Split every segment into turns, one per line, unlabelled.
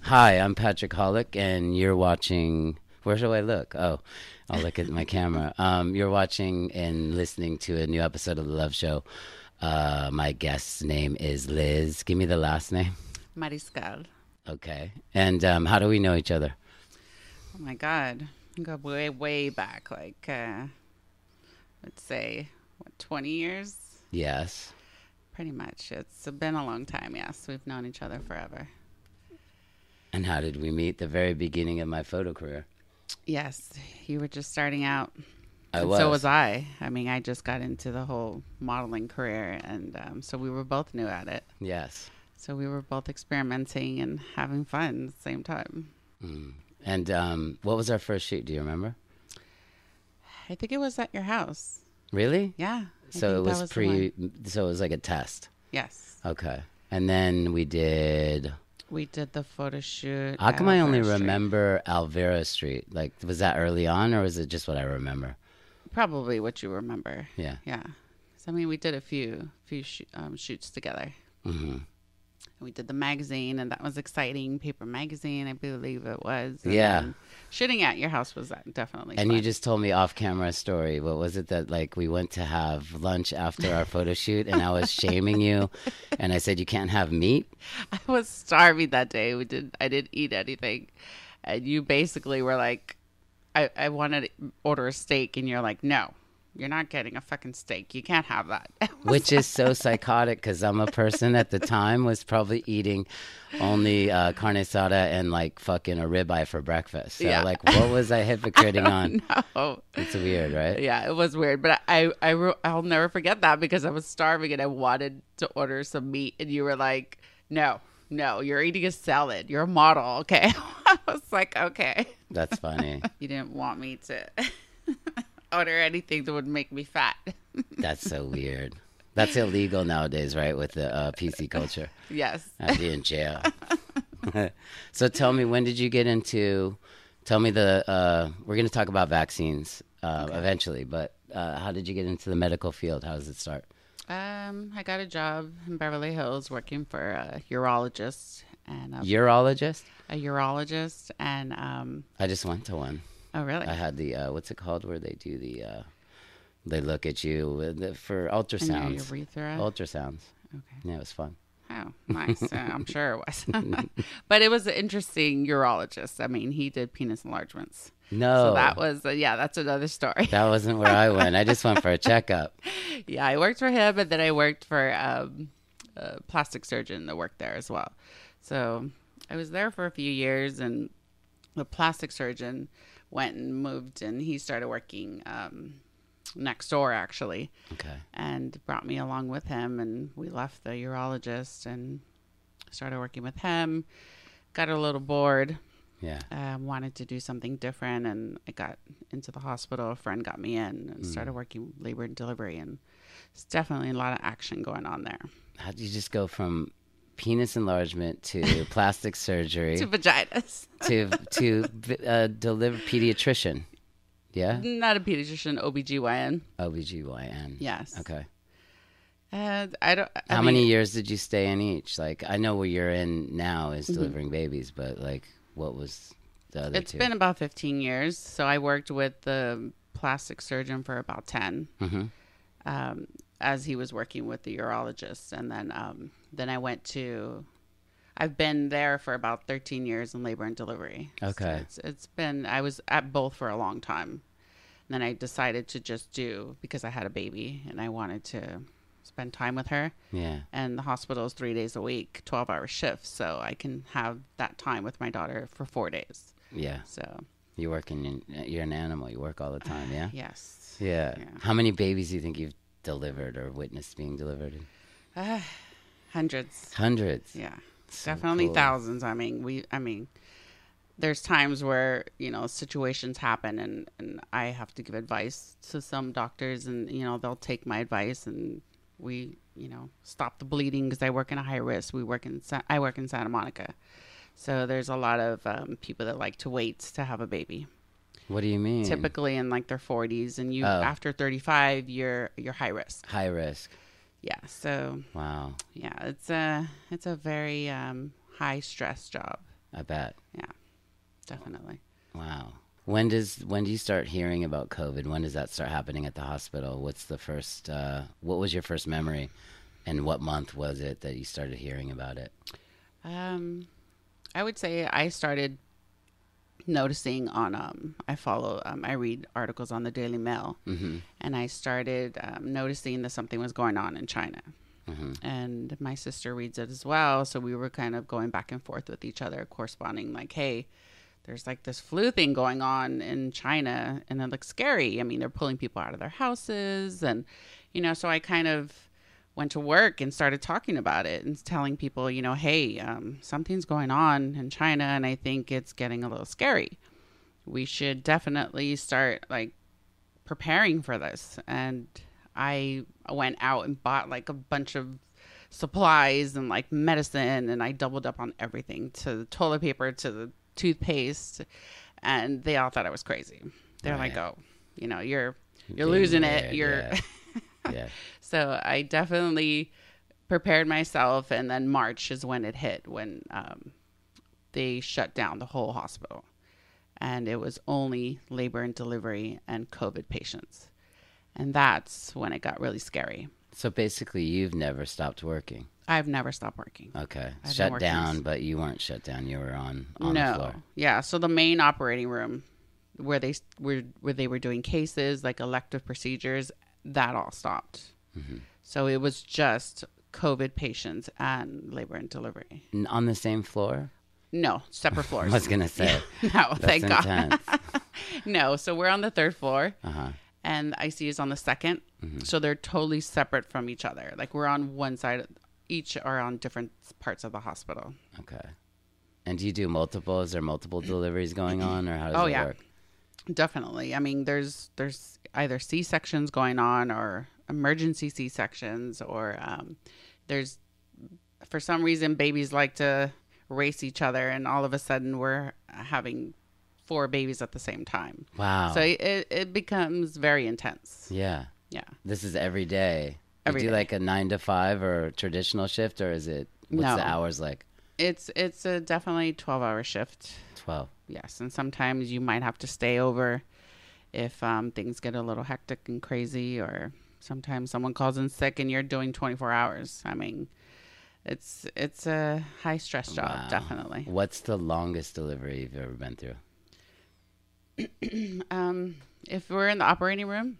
Hi, I'm Patrick Hollick, and you're watching. Where shall I look? Oh, I'll look at my camera. Um, you're watching and listening to a new episode of The Love Show. Uh, my guest's name is Liz. Give me the last name.
Mariscal.
Okay. And um, how do we know each other?
Oh my God. You go way, way back, like, uh, let's say, what, 20 years?
Yes.
Pretty much. It's been a long time, yes. We've known each other forever.
And how did we meet? The very beginning of my photo career.
Yes, you were just starting out.
I
and
was.
So was I. I mean, I just got into the whole modeling career, and um, so we were both new at it.
Yes.
So we were both experimenting and having fun at the same time.
And um, what was our first shoot? Do you remember?
I think it was at your house.
Really?
Yeah. I
So it
think that
was,
the one.
pre. So it was like a test.
Yes.
Okay. And then we did.
We did the photo shoot.
How come
at
I only
First Street.
remember Alvera Street? Like, was that early on, or was it just what I remember?
Probably what you remember.
Yeah.
Yeah. 'Cause, I mean, we did a few few shoo- um, shoots together.
hmm
We did the magazine, and that was exciting. Paper magazine, I believe it was. And
Yeah.
then Shooting at your house was that definitely.
And
fun.
you just told me off camera a story. What was it that like we went to have lunch after our photo shoot, and I was shaming you, and I said you can't have meat.
I was starving that day. We did. I didn't eat anything, and you basically were like, "I I wanted to order a steak," and you're like, "No, you're not getting a fucking steak. You can't have that."
which is so psychotic because I'm a person at the time was probably eating only uh, carne asada and like fucking a ribeye for breakfast. So
Yeah.
like, what was I hypocriting on?
no.
It's weird, right?
Yeah, it was weird, but I, I re- I'll never forget that because I was starving and I wanted to order some meat, and you were like, "No, no, you're eating a salad. You're a model, okay?" I was like, "Okay."
That's funny.
You didn't want me to order anything that would make me fat.
That's so weird. That's illegal nowadays, right? With the uh, PC culture,
yes,
I'd be in jail. so tell me, when did you get into? Tell me the. Uh, we're going to talk about vaccines uh, eventually, but uh, how did you get into the medical field? How does it start?
um, I got a job in Beverly Hills working for a urologist and a,
Urologist.
a urologist, and um,
I just went to one.
oh really?
I had the uh, what's it called where they do the uh, they look at you with the, for ultrasounds.
your urethra.
Ultrasounds.
okay.
Yeah, it was fun.
Oh, nice. Uh, I'm sure it was. but it was an interesting urologist. I mean, he did penis enlargements.
No,
So that
that,
was, uh, yeah, that's another story.
wasn't where I went. I just went for a checkup.
yeah, I worked for him and then I worked for um, a plastic surgeon that worked there as well. So I was there for a few years and the plastic surgeon went and moved and he started working um, next door actually
Okay,
and brought me along with him and we left the urologist and started working with him got a little bored
yeah,
uh, wanted to do something different and i got into the hospital a friend got me in
Mm.
and started working labor and delivery and it's definitely a lot of action going on there
how do you just go from penis enlargement to plastic surgery
to vaginas
to to uh, deliver pediatrician? Yeah,
not a pediatrician obgyn
OBGYN.
yes
Okay.
and i don't I
How
mean,
many years did you stay in each? Like, I know where you're in now is delivering babies, but like, what was the other
Mm-hmm. It's
two?
been about 15 years so i worked with the plastic surgeon for about 10
Mhm.
um, as he was working with the urologist and then um, then i went to i've been there for about 13 years in labor and delivery So
Okay.
it's, it's been i was at both for a long time and then i decided to just do because i had a baby and i wanted to spend time with her
Yeah.
and the hospital is three days a week 12 hour shifts so i can have that time with my daughter for four days
Yeah,
so
you work in. your- You're an animal. You work all the time. Yeah.
yes
Yeah.
Uh, Yeah.
How many babies do you think you've delivered or witnessed being delivered?
hundreds
Hundreds.
Yeah.
So
Definitely
cool.
thousands. I mean, we I mean there's times where, you know, situations happen and and I have to give advice to some doctors and you know, they'll take my advice and we, you know, stop the bleeding cuz I work in a high risk. We work in Sa- I work in Santa Monica. So there's a lot of um, people that like to wait to have a baby.
What do you mean?
Typically in like their 40s and you
Hmm. Oh.
after 35 you're you're high risk.
High risk.
Yeah. So
Wow.
yeah, it's a it's a very um, high stress job.
I bet.
Yeah, definitely.
Wow. When does when do you start hearing about COVID? When does that start happening at the hospital? What's the first? Uh, what was your first memory, and what month was it that you started hearing about it?
Um, I would say I started noticing on um I follow um I read articles on the Daily Mail
hmm
and I started um, noticing that something was going on in China
hmm
and my sister reads it as well so we were kind of going back and forth with each other corresponding like hey there's like this flu thing going on in China and it looks scary I mean they're pulling people out of their houses and you know so I kind of went to work and started talking about it and telling people you know hey um, something's going on in China and I think it's getting a little scary we should definitely start like preparing for this and i went out and bought like a bunch of supplies and like medicine and i doubled up on everything to the toilet paper to the toothpaste and they all thought i was crazy they're like
Right.
oh you know you're you're
Being
losing
weird,
it you're
yeah. yeah.
so i definitely prepared myself and then march is when it hit when um, they shut down the whole hospital and it was only labor and delivery and covid patients and that's when it got really scary
So basically, you've never stopped working.
i've never stopped working
Okay.
been
shut
working
down,
s-
but you weren't shut down. You were on on the floor.
yeah so the main operating room where they s- were where they were doing cases like elective procedures that all stopped
Mm-hmm.
so it was just covid patients and labor and delivery
N- on the same floor.
No, separate
I
floors.
was gonna say.
no, thank
That's
God.
intense.
No, so we're on the third floor,
Uh huh.
and IC is on the 2nd
Mm-hmm.
So they're totally separate from each other. Like we're on one side, each are on different parts of the hospital.
Okay. And do you do multiple? Is there multiple deliveries going on, or how does
Oh,
it
yeah.
work?
Definitely. I mean, there's there's either C sections going on or emergency C sections, or um, there's for some reason babies like to race each other, and all of a sudden we're having four babies at the same time.
Wow.
So it, it becomes very intense.
yeah.
Yeah.
This is every day.
Every
you do
day.
like a nine to five or traditional shift, or is it what's
No.
the hours like?
It's it's a definitely 12-hour shift.
Twelve.
Yes, and sometimes you might have to stay over if um, things get a little hectic and crazy or sometimes someone calls in sick and you're doing 24 hours. I mean, it's it's a high stress job,
Wow.
definitely.
What's the longest delivery you've ever been through?
Um, if we're in the operating room,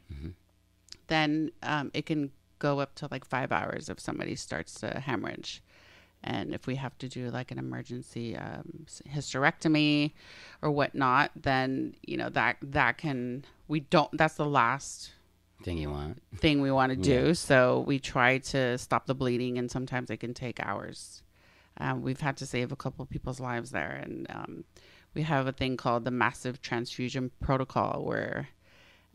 then um, it can go up to like five hours if somebody starts to hemorrhage. And if we have to do like an emergency um, s- hysterectomy or whatnot, then you know that that can we don't. That's the last
Thing you want?
thing we want to do. So we try to stop the bleeding, and sometimes it can take hours. Um, we've had to save a couple of people's lives there, and um, we have a thing called the massive transfusion protocol, where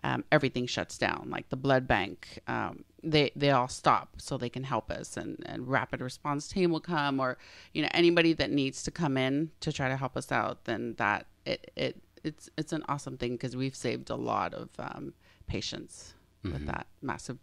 um, everything shuts down, like the blood bank. Um, they they all stop so they can help us, and, and rapid response team will come, or you know anybody that needs to come in to try to help us out. Then that it it it's it's an awesome thing because we've saved a lot of um, patients with that massive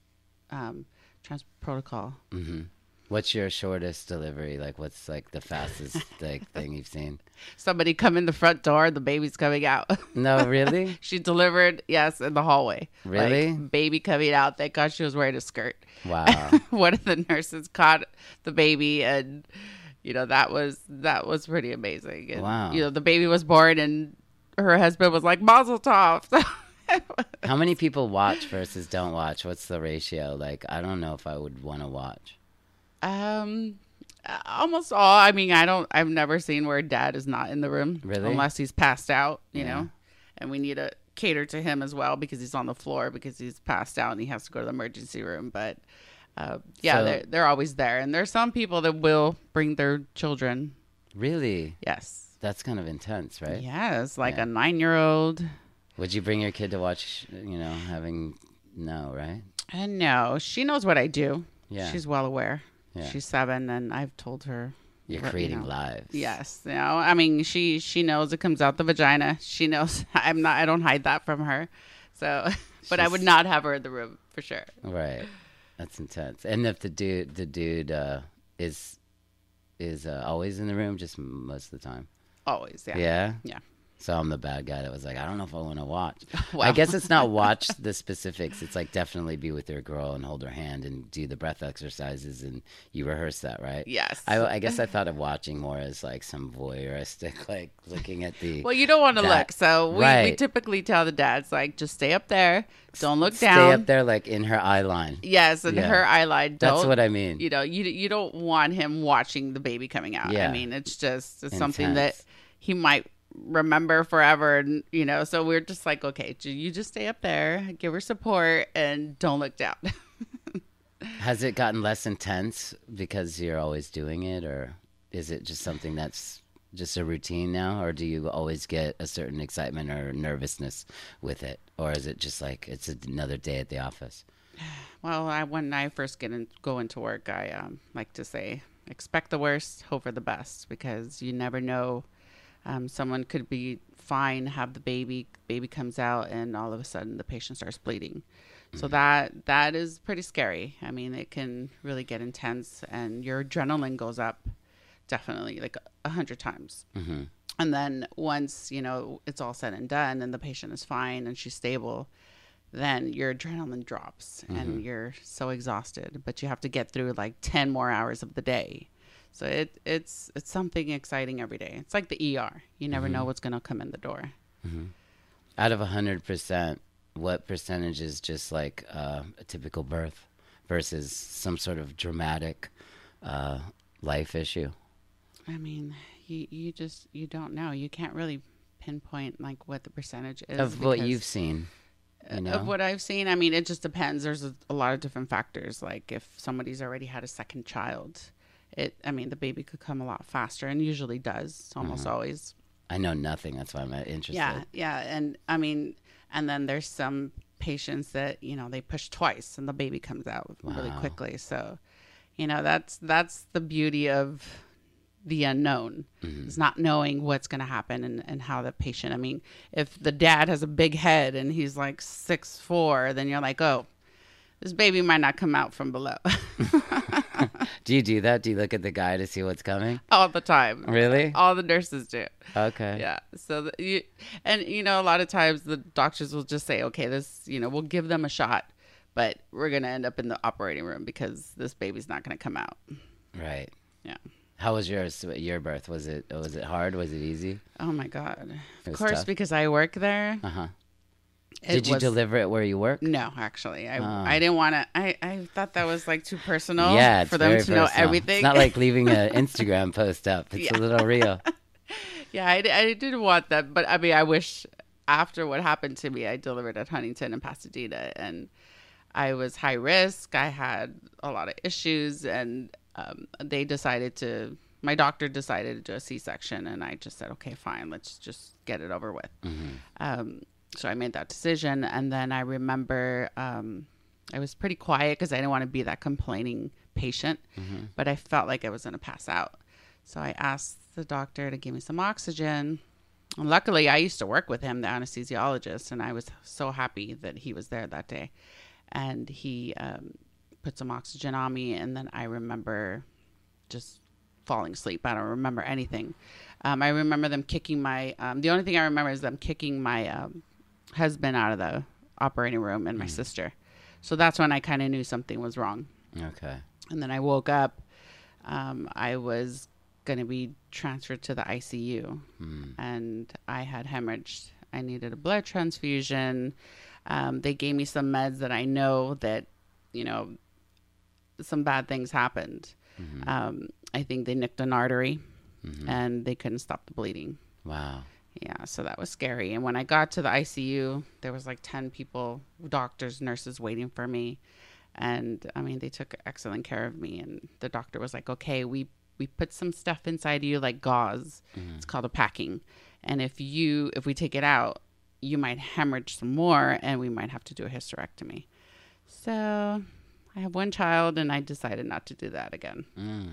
um, trans protocol.
hmm What's your shortest delivery? Like, what's like the fastest like thing you've seen?
Somebody come in the front door, the baby's coming out.
No, really?
she delivered, yes, in the hallway. Like,
Really?
baby coming out. Thank God she was wearing a skirt.
Wow.
One of the nurses caught the baby and you know that was that was pretty amazing. And,
Wow.
You know the baby was born and her husband was like Mazel Tov. So
How many people watch versus don't watch? What's the ratio? Like, I don't know if I would want to watch.
Um, uh, almost all. I mean, I don't. I've never seen where dad is not in the room,
Really?
unless he's passed out. You
Yeah.
know, and we need to cater to him as well because he's on the floor because he's passed out and he has to go to the emergency room. But uh, yeah,
So-
they're they're always there, and there's some people that will bring their children.
Really?
Yes,
That's kind of intense, right?
yes, like
Yeah.
a nine year old.
Would you bring your kid to watch, you know, having no, right?
And no, she knows what I do.
Yeah.
she's well aware.
Yeah.
She's seven, and I've told her
You're
Right,
creating
no.
lives.
Yes. No. I mean, she she knows it comes out the vagina. She knows I'm not. I don't hide that from her. So, but I would
She's-
not have her in the room for sure.
Right. That's intense. And if the dude the dude uh is is uh, always in the room just most of the time.
Always, yeah.
Yeah.
Yeah.
So I'm the bad guy that was like, I don't know if I want to watch.
Wow.
I guess it's not watch the specifics. It's like definitely be with your girl and hold her hand and do the breath exercises and you rehearse that, right?
Yes.
I, I guess I thought of watching more as like some voyeuristic, like looking at the.
well, you don't want to
That-
look, so we, we
right.
typically tell the dads like just stay up there, don't look
stay
down.
up there like in her eye line.
Yes, and
Yeah.
her eye line. Don't,
That's what I mean.
you know you you don't want him watching the baby coming out i
Yeah.
mean it's just it's something that
Intense.
he might remember forever and you know so we're just like okay j- you just stay up there give her support and don't look down
Has it gotten less intense because you're always doing it, or is it just something that's just a routine now, or do you always get a certain excitement or nervousness with it, or is it just like it's another day at the office?
well i when i first get in go into work i um, like to say expect the worst hope for the best because you never know um, someone could be fine have the baby baby comes out and all of a sudden the patient starts bleeding so that that is pretty scary i mean it can really get intense and your adrenaline goes up definitely like a hundred times and then once you know it's all said and done and the patient is fine and she's stable then your adrenaline drops
Mm-hmm.
and you're so exhausted but you have to get through like 10 more hours of the day so it it's it's something exciting every day it's like the er you never
Mm-hmm.
know what's going to come in the door
Out of hundred percent, what percentage is just like uh, a typical birth versus some sort of dramatic uh, life issue?
i mean you you just you don't know you can't really pinpoint like what the percentage is
Of what
because-
you've seen, you know,
of what I've seen, I mean, it just depends. There's a, a lot of different factors. Like if somebody's already had a second child, it, I mean, the baby could come a lot faster, and usually does almost always.
I know nothing. That's why I'm interested.
Yeah, yeah, and I mean, and then there's some patients that you know they push twice and the baby comes out really
Wow.
quickly. So, you know, that's that's the beauty of the unknown is not knowing what's going to happen and, and how the patient. I mean, if the dad has a big head and he's like six four, then you're like, oh, this baby might not come out from below
Do you do that? Do you look at the guy to see what's coming?
all the time.
Really?
All the nurses do.
Okay.
yeah so the, you and you know a lot of times the doctors will just say okay this you know we'll give them a shot but we're gonna end up in the operating room because this baby's not gonna come out
Right.
yeah
How was yours? Your birth was it? Was it hard? Was it easy?
oh my god of
was
course
tough.
because i work there
Uh huh.
it
Did you
was-
deliver it where you work?
no actually i i didn't want to i i thought that was like too personal
yeah, it's
for them to
very
know
personal.
everything
It's not like leaving an Instagram post up. It's a little real.
yeah I, I did want that but i mean i wish after what happened to me i delivered at huntington and pasadena and i was high risk i had a lot of issues and um, they decided to my doctor decided to do a c-section and i just said okay fine let's just get it over with um, so i made that decision and then i remember um, i was pretty quiet because i didn't want to be that complaining patient but i felt like i was going to pass out so i asked the doctor to give me some oxygen and luckily i used to work with him the anesthesiologist and i was so happy that he was there that day and he um, put some oxygen on me and then i remember just falling asleep. I don't remember anything. Um, I remember them kicking my. Um, the only thing I remember is them kicking my um, husband out of the operating room and my sister. So that's when I kind of knew something was wrong.
Okay.
And then I woke up. Um, I was going to be transferred to the ICU, and I had hemorrhage. I needed a blood transfusion. Um, they gave me some meds that I know that, you know, some bad things happened. Um, I think they nicked an artery,
Hmm.
and they couldn't stop the bleeding.
Mm-hmm. Wow.
Yeah, so that was scary. And when I got to the ICU, there was like 10 people, doctors, nurses waiting for me. And I mean, they took excellent care of me and the doctor was like, "Okay, we we put some stuff inside you like gauze.
Mm-hmm.
It's called a packing. And if you if we take it out, you might hemorrhage some more and we might have to do a hysterectomy." So, I have one child and I decided not to do that again.
Mm.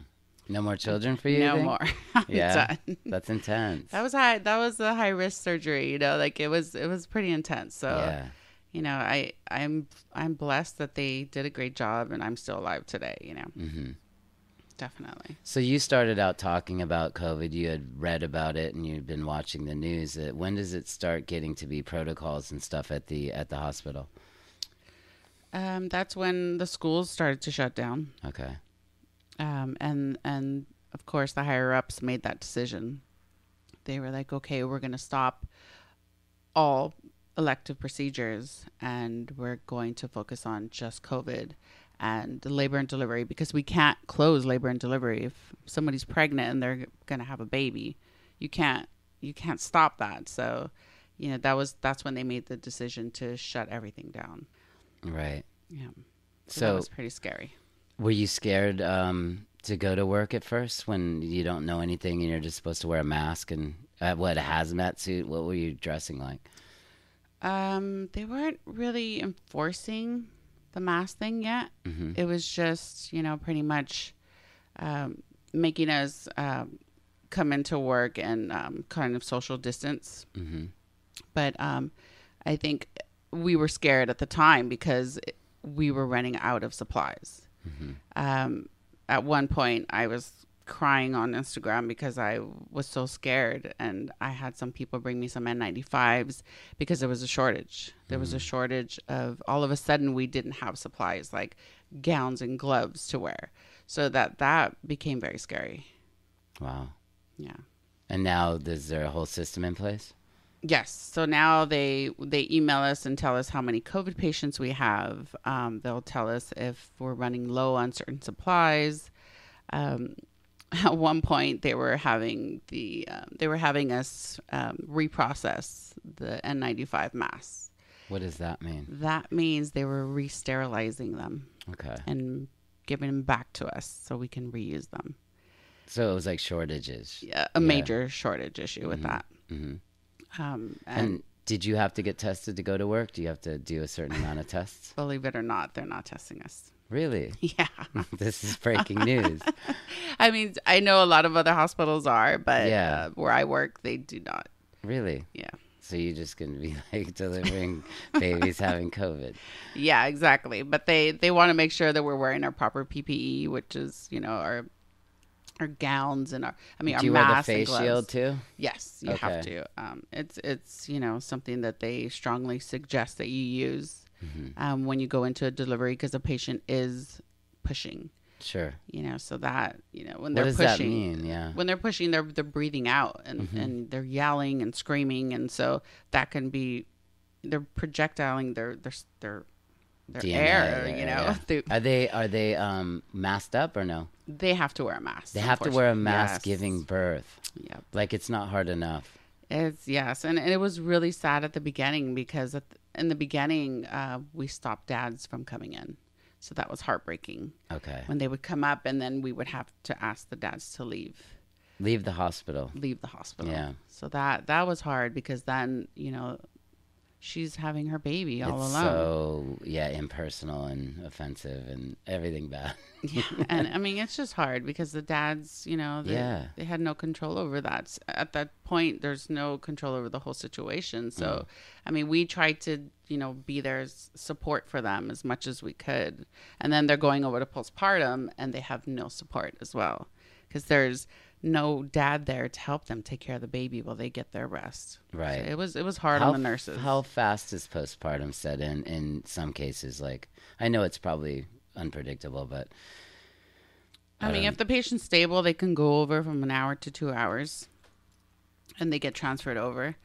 No more children for you? you
no
think?
more. I'm
Yeah.
done.
That's intense.
That was high. That was a high risk surgery. You know, like it was. It was pretty intense. So,
yeah.
you know, I I'm I'm blessed that they did a great job, and I'm still alive today. You know, definitely.
So you started out talking about COVID. You had read about it and you'd been watching the news. Uh, When does it start getting to be protocols and stuff at the at the hospital?
Um, that's when the schools started to shut down,
Okay.
um, and and of course the higher ups made that decision. They were like, okay, we're going to stop all elective procedures, and we're going to focus on just COVID and labor and delivery because we can't close labor and delivery if somebody's pregnant and they're going to have a baby. You can't you can't stop that. So, you know that was that's when they made the decision to shut everything down.
Right.
Yeah. So, that
So
was pretty scary.
were you scared um, to go to work at first when you don't know anything and you're just supposed to wear a mask and uh, what a hazmat suit? What were you dressing like?
Um, they weren't really enforcing the mask thing yet.
Mhm.
It was just, you know, pretty much um, making us um, come into work and um, kind of social distance.
hmm
But um, I think we were scared at the time because we were running out of supplies. Um, at one point, I was crying on Instagram because I was so scared, and I had some people bring me some N95s because there was a shortage. There was a shortage of all of a sudden we didn't have supplies like gowns and gloves to wear, so that that became very scary.
Wow.
Yeah.
And now is there a whole system in place?
Yes. So now they they email us and tell us how many COVID patients we have. Um, they'll tell us if we're running low on certain supplies. Um, at one point, they were having the um, they were having us um, reprocess the N95 masks.
What does that mean?
That means they were re-sterilizing them
Okay.
and giving them back to us so we can reuse them.
So it was like shortages.
Yeah, a major shortage issue with that.
hmm
Um, and,
And did you have to get tested to go to work? Do you have to do a certain amount of tests?
believe it or not, they're not testing us.
Really?
Yeah.
this is breaking news.
I mean, I know a lot of other hospitals are, but
Yeah.
uh, where I work, they do not.
Really?
Yeah.
So you're just going to be like delivering babies having COVID.
Yeah, exactly. But they they want to make sure that we're wearing our proper PPE, which is, you know, our our gowns and our I mean,
Do you
our
wear the
masks and
face
gloves.
shield too?
Yes, you have
Okay.
to. Um, it's it's, you know, something that they strongly suggest that you use
Mm-hmm.
um, when you go into a delivery because a patient is pushing,
Sure.
you know, so that, you know,
What
when they're
does that
pushing
mean? Yeah.
when they're pushing they're they're breathing out and
Mm-hmm.
and they're yelling and screaming and so that can be they're projectiling their their their their
DNA,
air
yeah,
you know
yeah.
They,
Are they are they um, masked up or no?
they have to wear a mask
They have to wear a mask
unfortunately.
giving birth.
Yes. yep
Like it's not hard enough.
it's yes and, and it was really sad at the beginning because at the, in the beginning uh, we stopped dads from coming in so that was heartbreaking
Okay.
when they would come up and then we would have to ask the dads to leave
Leave the hospital.
leave the hospital.
Yeah.
So that that was hard because then you know, she's having her baby all
it's
alone.
so yeah, impersonal and offensive and everything bad.
yeah. And I mean, it's just hard because the dads, you know, they,
Yeah.
they had no control over that. S- At that point, there's no control over the whole situation. So,
Mm.
I mean, we tried to you know be their s- support for them as much as we could, and then they're going over to postpartum and they have no support as well because there's no dad there to help them take care of the baby while they get their rest.
Right.
It was it was hard on the nurses.
How fast is postpartum set in in some cases? Like, I know it's probably unpredictable, but
I mean, if the patient's stable, they can go over from an hour to two hours, and they get transferred over.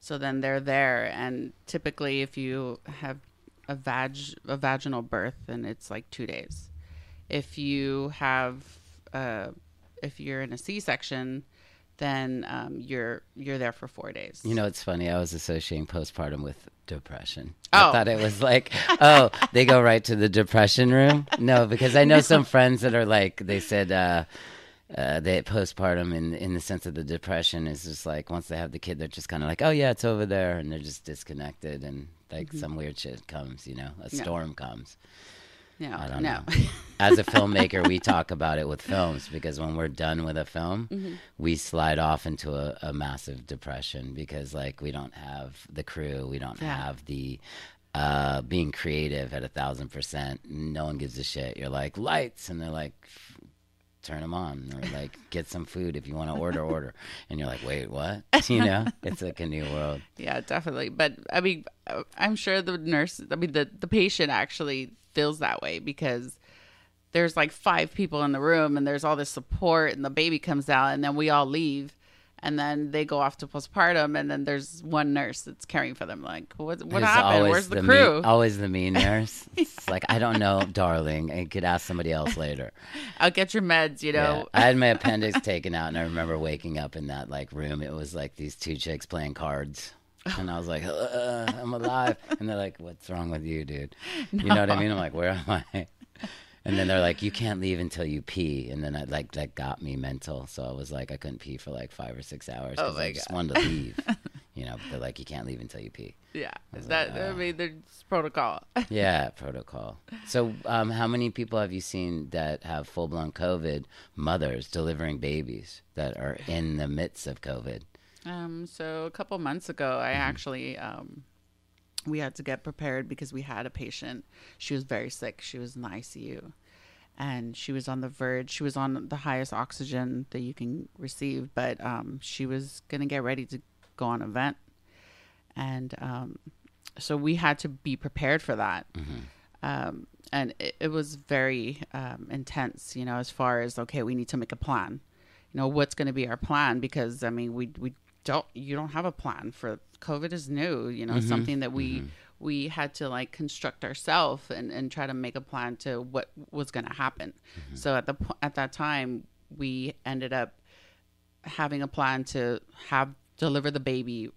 So then they're there, and typically, if you have a vag a vaginal birth, then it's like two days. If you have uh, if you're in a C section, then um, you're you're there for four days.
you know, it's funny. I was associating postpartum with depression. I
Oh.
thought it was like, oh, they go right to the depression room. No, because I know some friends that are like, they said. uh uh, they postpartum in in the sense of the depression is just like once they have the kid they're just kind of like oh yeah it's over there and they're just disconnected and like some weird shit comes you know a
Mm-hmm. Yeah.
storm comes
no,
I don't
no.
know. As a filmmaker, we talk about it with films because when we're done with a film,
Mm-hmm.
we slide off into a, a massive depression because, like, we don't have the crew, we don't
Yeah.
have the uh, being creative at a thousand percent. No one gives a shit. You're like lights, and they're like, turn them on or like get some food if you want to order order and you're like wait what you know it's like a new world
Yeah, definitely. But I mean, uh, I'm sure the nurse, I mean, the, the patient actually feels that way because there's like five people in the room and there's all this support, and the baby comes out, and then we all leave. And then they go off to postpartum, and then there's one nurse that's caring for them. Like, what, what
It's
happened?
always
Where's the,
mean-
crew?
always the mean nurse it's like i don't know darling and could ask somebody else later
I'll get your meds, you
Yeah,
know?
I had my appendix taken out, and I remember waking up in that like room. It was like these two chicks playing cards, and I was like, "Uh, "I'm alive," and they're like, "What's wrong with you, dude?" You know what I mean? I'm like, "Where am I?" And then they're like, "You can't leave until you pee," and then I like that got me mental. So I was like, I couldn't pee for like five or six hours because
Oh my
I just wanted to leave. You know, but they're like, "You can't leave until you pee."
Yeah. That, I mean, there's protocol.
Yeah, protocol. So, um, how many people have you seen that have full blown COVID mothers delivering babies that are in the midst of COVID?
Um, so a couple months ago, I actually um, we had to get prepared because we had a patient. She was very sick. She was in the ICU, and she was on the verge. She was on the highest oxygen that you can receive, but um, she was gonna get ready to go on a vent, and um, so we had to be prepared for that. Um, and it, it was very um, intense, you know, as far as okay, we need to make a plan. You know, what's going to be our plan? Because I mean, we we don't you don't have a plan for COVID is new. You know, something that we we had to like construct ourselves and and try to make a plan to what was going to happen. So at the po- at that time, we ended up having a plan to have deliver the baby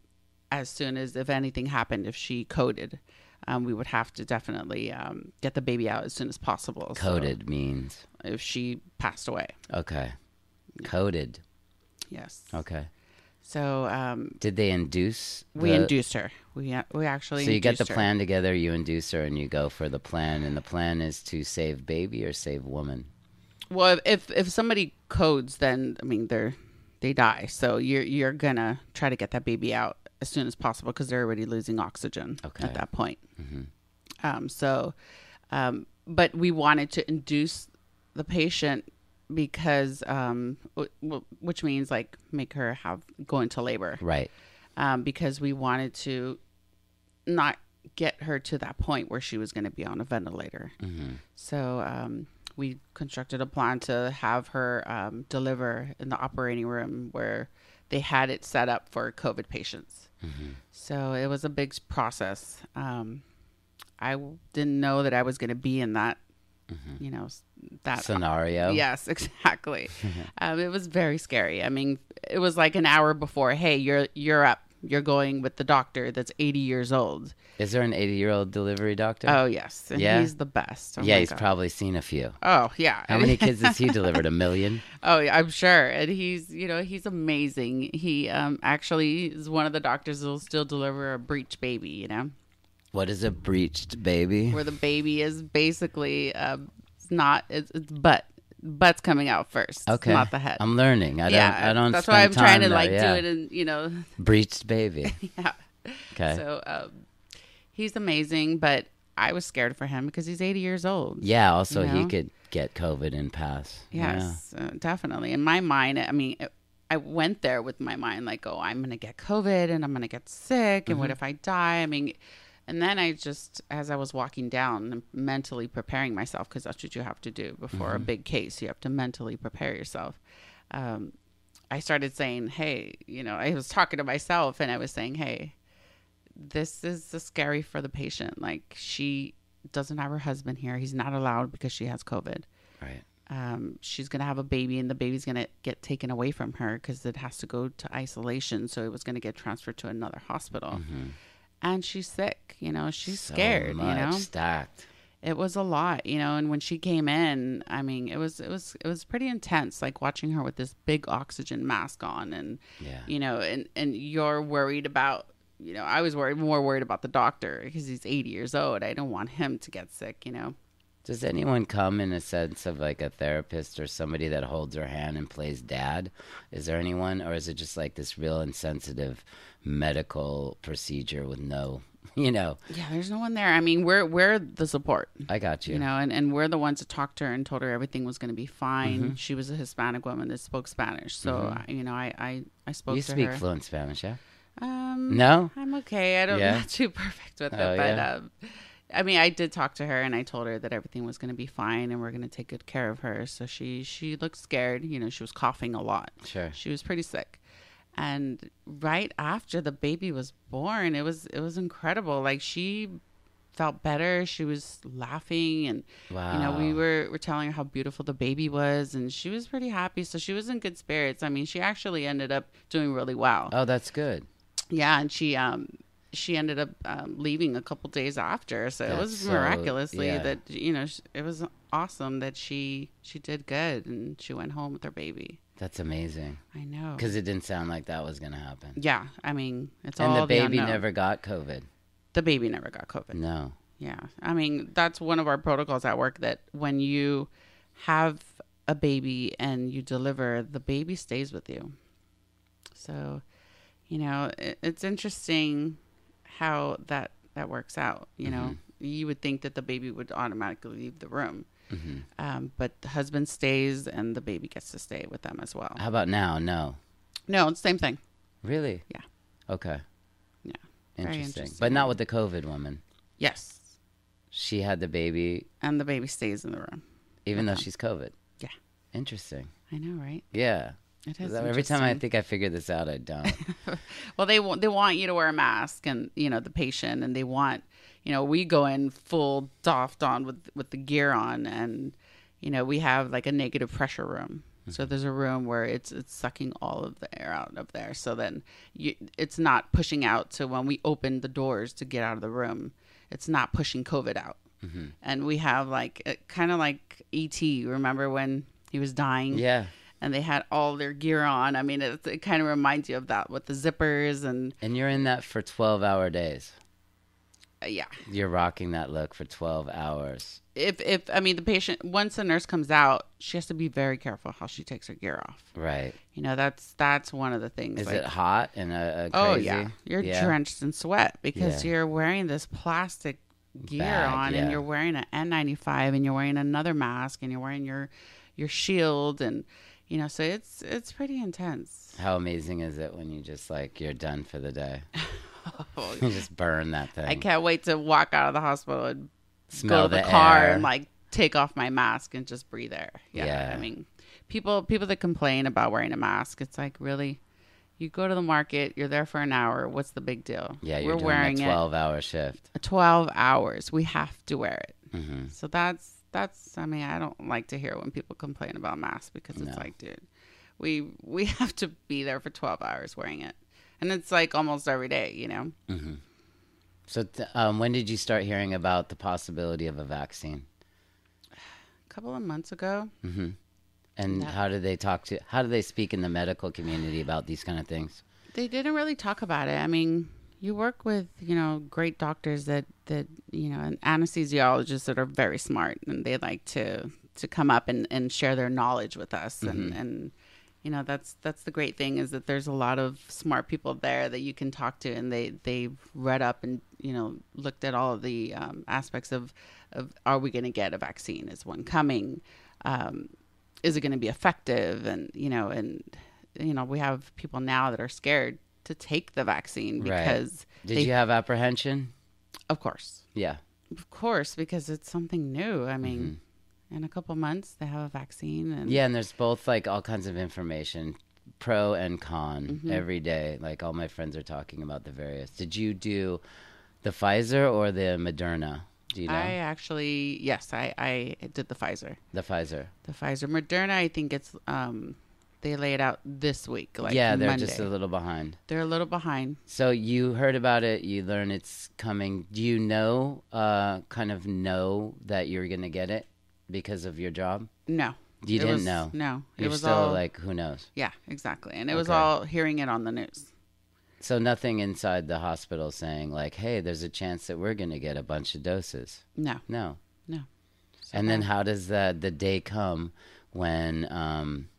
as soon as if anything happened if she coded um, we would have to definitely um, get the baby out as soon as possible So
Coded means
if she passed away
okay. Coded.
yes
Okay.
so um,
Did they induce?
we
the-
induced her we we actually
So you get the
induced her.
plan together, you induce her, and you go for the plan. And the plan is to save baby or save woman.
well if if somebody codes then i mean they're they die so you're you're gonna try to get that baby out as soon as possible because they're already losing oxygen
Okay.
at that point um, so um, but we wanted to induce the patient because um, w- w- which means like make her have go into labor
Right.
um, because we wanted to not get her to that point where she was going to be on a ventilator. So um, we constructed a plan to have her um, deliver in the operating room where they had it set up for COVID patients. So it was a big s- process. Um, I w- didn't know that I was going to be in that, you know, s- that
Scenario.
Yes, exactly. um, it was very scary. I mean, it was like an hour before. Hey, you're you're up. You're going with the doctor that's 80 years old.
Is there an 80 year old delivery doctor?
Oh yes, and
Yeah.
he's the best. Oh,
yeah,
my
he's
God.
probably seen a few.
Oh yeah.
How many kids has he delivered? A million?
Oh, yeah, I'm sure. And he's, you know, he's amazing. He um actually is one of the doctors that'll still deliver a breech baby, you know,
What is a breached baby?
where the baby is basically um it's not it's, it's butt butt's coming out first. It's
Okay.
not the head.
I'm learning. I
yeah,
don't. I don't.
that's
spend
why I'm trying
time
to
there,
like
yeah.
do it in, you know,
Breached baby.
yeah.
Okay.
So um, he's amazing, but I was scared for him because he's 80 years old.
yeah. Also,
you
he
know?
could get COVID and pass.
Yes, uh, definitely. In my mind, I mean, it- I went there with my mind like, oh, I'm going to get COVID and I'm going to get sick. And what if I die? I mean, and then I just, as I was walking down, mentally preparing myself, because that's what you have to do before a big case. You have to mentally prepare yourself. Um, I started saying, hey, you know, I was talking to myself and I was saying, hey, this is a scary for the patient. Like, she doesn't have her husband here. He's not allowed because she has COVID
Yeah. Right.
um, she's going to have a baby and the baby's going to get taken away from her because it has to go to isolation. So it was going to get transferred to another hospital. And she's sick, you know, she's
So
scared, you
much
know,
Stacked.
it was a lot, you know, and when she came in, I mean, it was, it was, it was pretty intense, like watching her with this big oxygen mask on and,
Yeah.
you know, and, and you're worried about, you know, I was worried, more worried about the doctor because he's 80 years old. I don't want him to get sick, you know?
Does anyone come in a sense of like a therapist or somebody that holds her hand and plays dad? Is there anyone, or is it just like this real insensitive medical procedure with no you know,
Yeah, there's no one there. I mean, we're we're the support.
I got you.
You know, and, and we're the ones that talked to her and told her everything was going to be fine.
Mm-hmm.
She was a Hispanic woman that spoke Spanish, so I, you know, I I, I spoke
you
to
speak
her.
fluent Spanish, yeah?
um,
No?
I'm okay. I don't
Yeah.
not too perfect with it,
Oh,
but
yeah.
um, I mean, I did talk to her and I told her that everything was going to be fine and we're going to take good care of her. So she she looked scared. You know, she was coughing a lot.
Sure.
She was pretty sick. And right after the baby was born, it was it was incredible. Like she felt better. She was laughing and you know, we
Wow.
were were telling her how beautiful the baby was and she was pretty happy. So she was in good spirits. I mean, she actually ended up doing really well.
Oh, that's good.
Yeah, and she um she ended up um, leaving a couple days after, so it
That's
was
so-
miraculously
yeah.
that you know sh- it was awesome that she she did good and she went home with her baby.
That's amazing.
I know.
Because it didn't sound like that was going to happen.
Yeah, I mean it's
And
all
the baby
unknown.
never got COVID.
the baby never got COVID.
No.
Yeah, I mean that's one of our protocols at work that when you have a baby and you deliver, the baby stays with you. So, you know, it, it's interesting how that that works out. You know, you would think that the baby would automatically leave the room, um, but the husband stays and the baby gets to stay with them as well.
How about now? No.
No, it's the same thing.
Really?
Yeah.
Okay.
Yeah. Very
Interesting. But
interesting.
not with the COVID woman.
Yes,
She had the baby
and the baby stays in the room.
even though she's COVID.
Uh-huh. Yeah,
Interesting.
I know, right?
Yeah.
It is
Every time I
interesting.
think I figure this out, I don't.
Well, they want they want you to wear a mask, and you know the patient, and they want you know we go in full doffed on with with the gear on, and you know we have like a negative pressure room. So there's a room where it's it's sucking all of the air out of there. So then you, it's not pushing out. So when we open the doors to get out of the room, it's not pushing COVID out. And we have like kind of like ET. Remember when he was dying?
yeah.
and they had all their gear on. I mean, it, it kind of reminds you of that with the zippers and
And you're in that for 12 hour days.
uh, yeah.
You're rocking that look for 12 hours.
If if I mean the patient once the nurse comes out, she has to be very careful how she takes her gear off.
Right.
You know, that's that's one of the things.
Is
like-
it hot and uh, uh, crazy?
Oh yeah, you're
Yeah.
drenched in sweat because
Yeah.
you're wearing this plastic gear
Bag,
on,
yeah.
and you're wearing an N95, and you're wearing another mask, and you're wearing your your shield, and you know, so it's it's pretty intense.
How amazing is it when you just like you're done for the day?
Oh,
you just burn that thing.
I can't wait to walk out of the hospital and
Smell
go to the,
the
car
air.
and like take off my mask and just breathe air. Yeah,
Yeah.
I mean, people people that complain about wearing a mask, it's like really, you go to the market, you're there for an hour. What's the big deal?
yeah, you're
we're
doing
wearing
a 12 hour shift.
it twelve hours. We have to wear it.
hmm
So that's that's. I mean, I don't like to hear when people complain about masks because it's
No.
like, dude, we we have to be there for twelve hours wearing it, and it's like almost every day, you know.
So, t- um, when did you start hearing about the possibility of a vaccine?
A couple of months ago,
And
No.
how do they talk to? How do they speak in the medical community about these kind of things?
they didn't really talk about it. I mean, you work with you know great doctors that that you know and anesthesiologists that are very smart and they like to to come up and and share their knowledge with us and and you know that's that's the great thing is that there's a lot of smart people there that you can talk to and they they've read up and you know looked at all of the um, aspects of of are we going to get a vaccine is one coming um, is it going to be effective and you know and you know we have people now that are scared to take the vaccine
Right.
because
Did
they,
you have apprehension?
of course
Yeah.
of course because it's something new i mean in a couple months they have a vaccine and
Mm-hmm. Yeah, and there's both like all kinds of information, pro and con,
Mm-hmm.
every day. Like all my friends are talking about the various. Did you do the Pfizer or the Moderna? Do you know
i actually yes i i did the pfizer
the Pfizer?
the pfizer moderna i think it's um they lay it out this week like
yeah, they're
Monday.
just a little behind.
they're a little behind
So you heard about it, you learn it's coming. Do you know, uh, kind of know that you're gonna get it because of your job?
no
You
It
didn't
was-
know.
no
You're
it was
still
all
like, who knows?
yeah exactly and it was
Okay.
all hearing it on the news
So nothing inside the hospital saying like, hey, there's a chance that we're gonna get a bunch of doses.
no
No.
no
And then how does the the day come when um,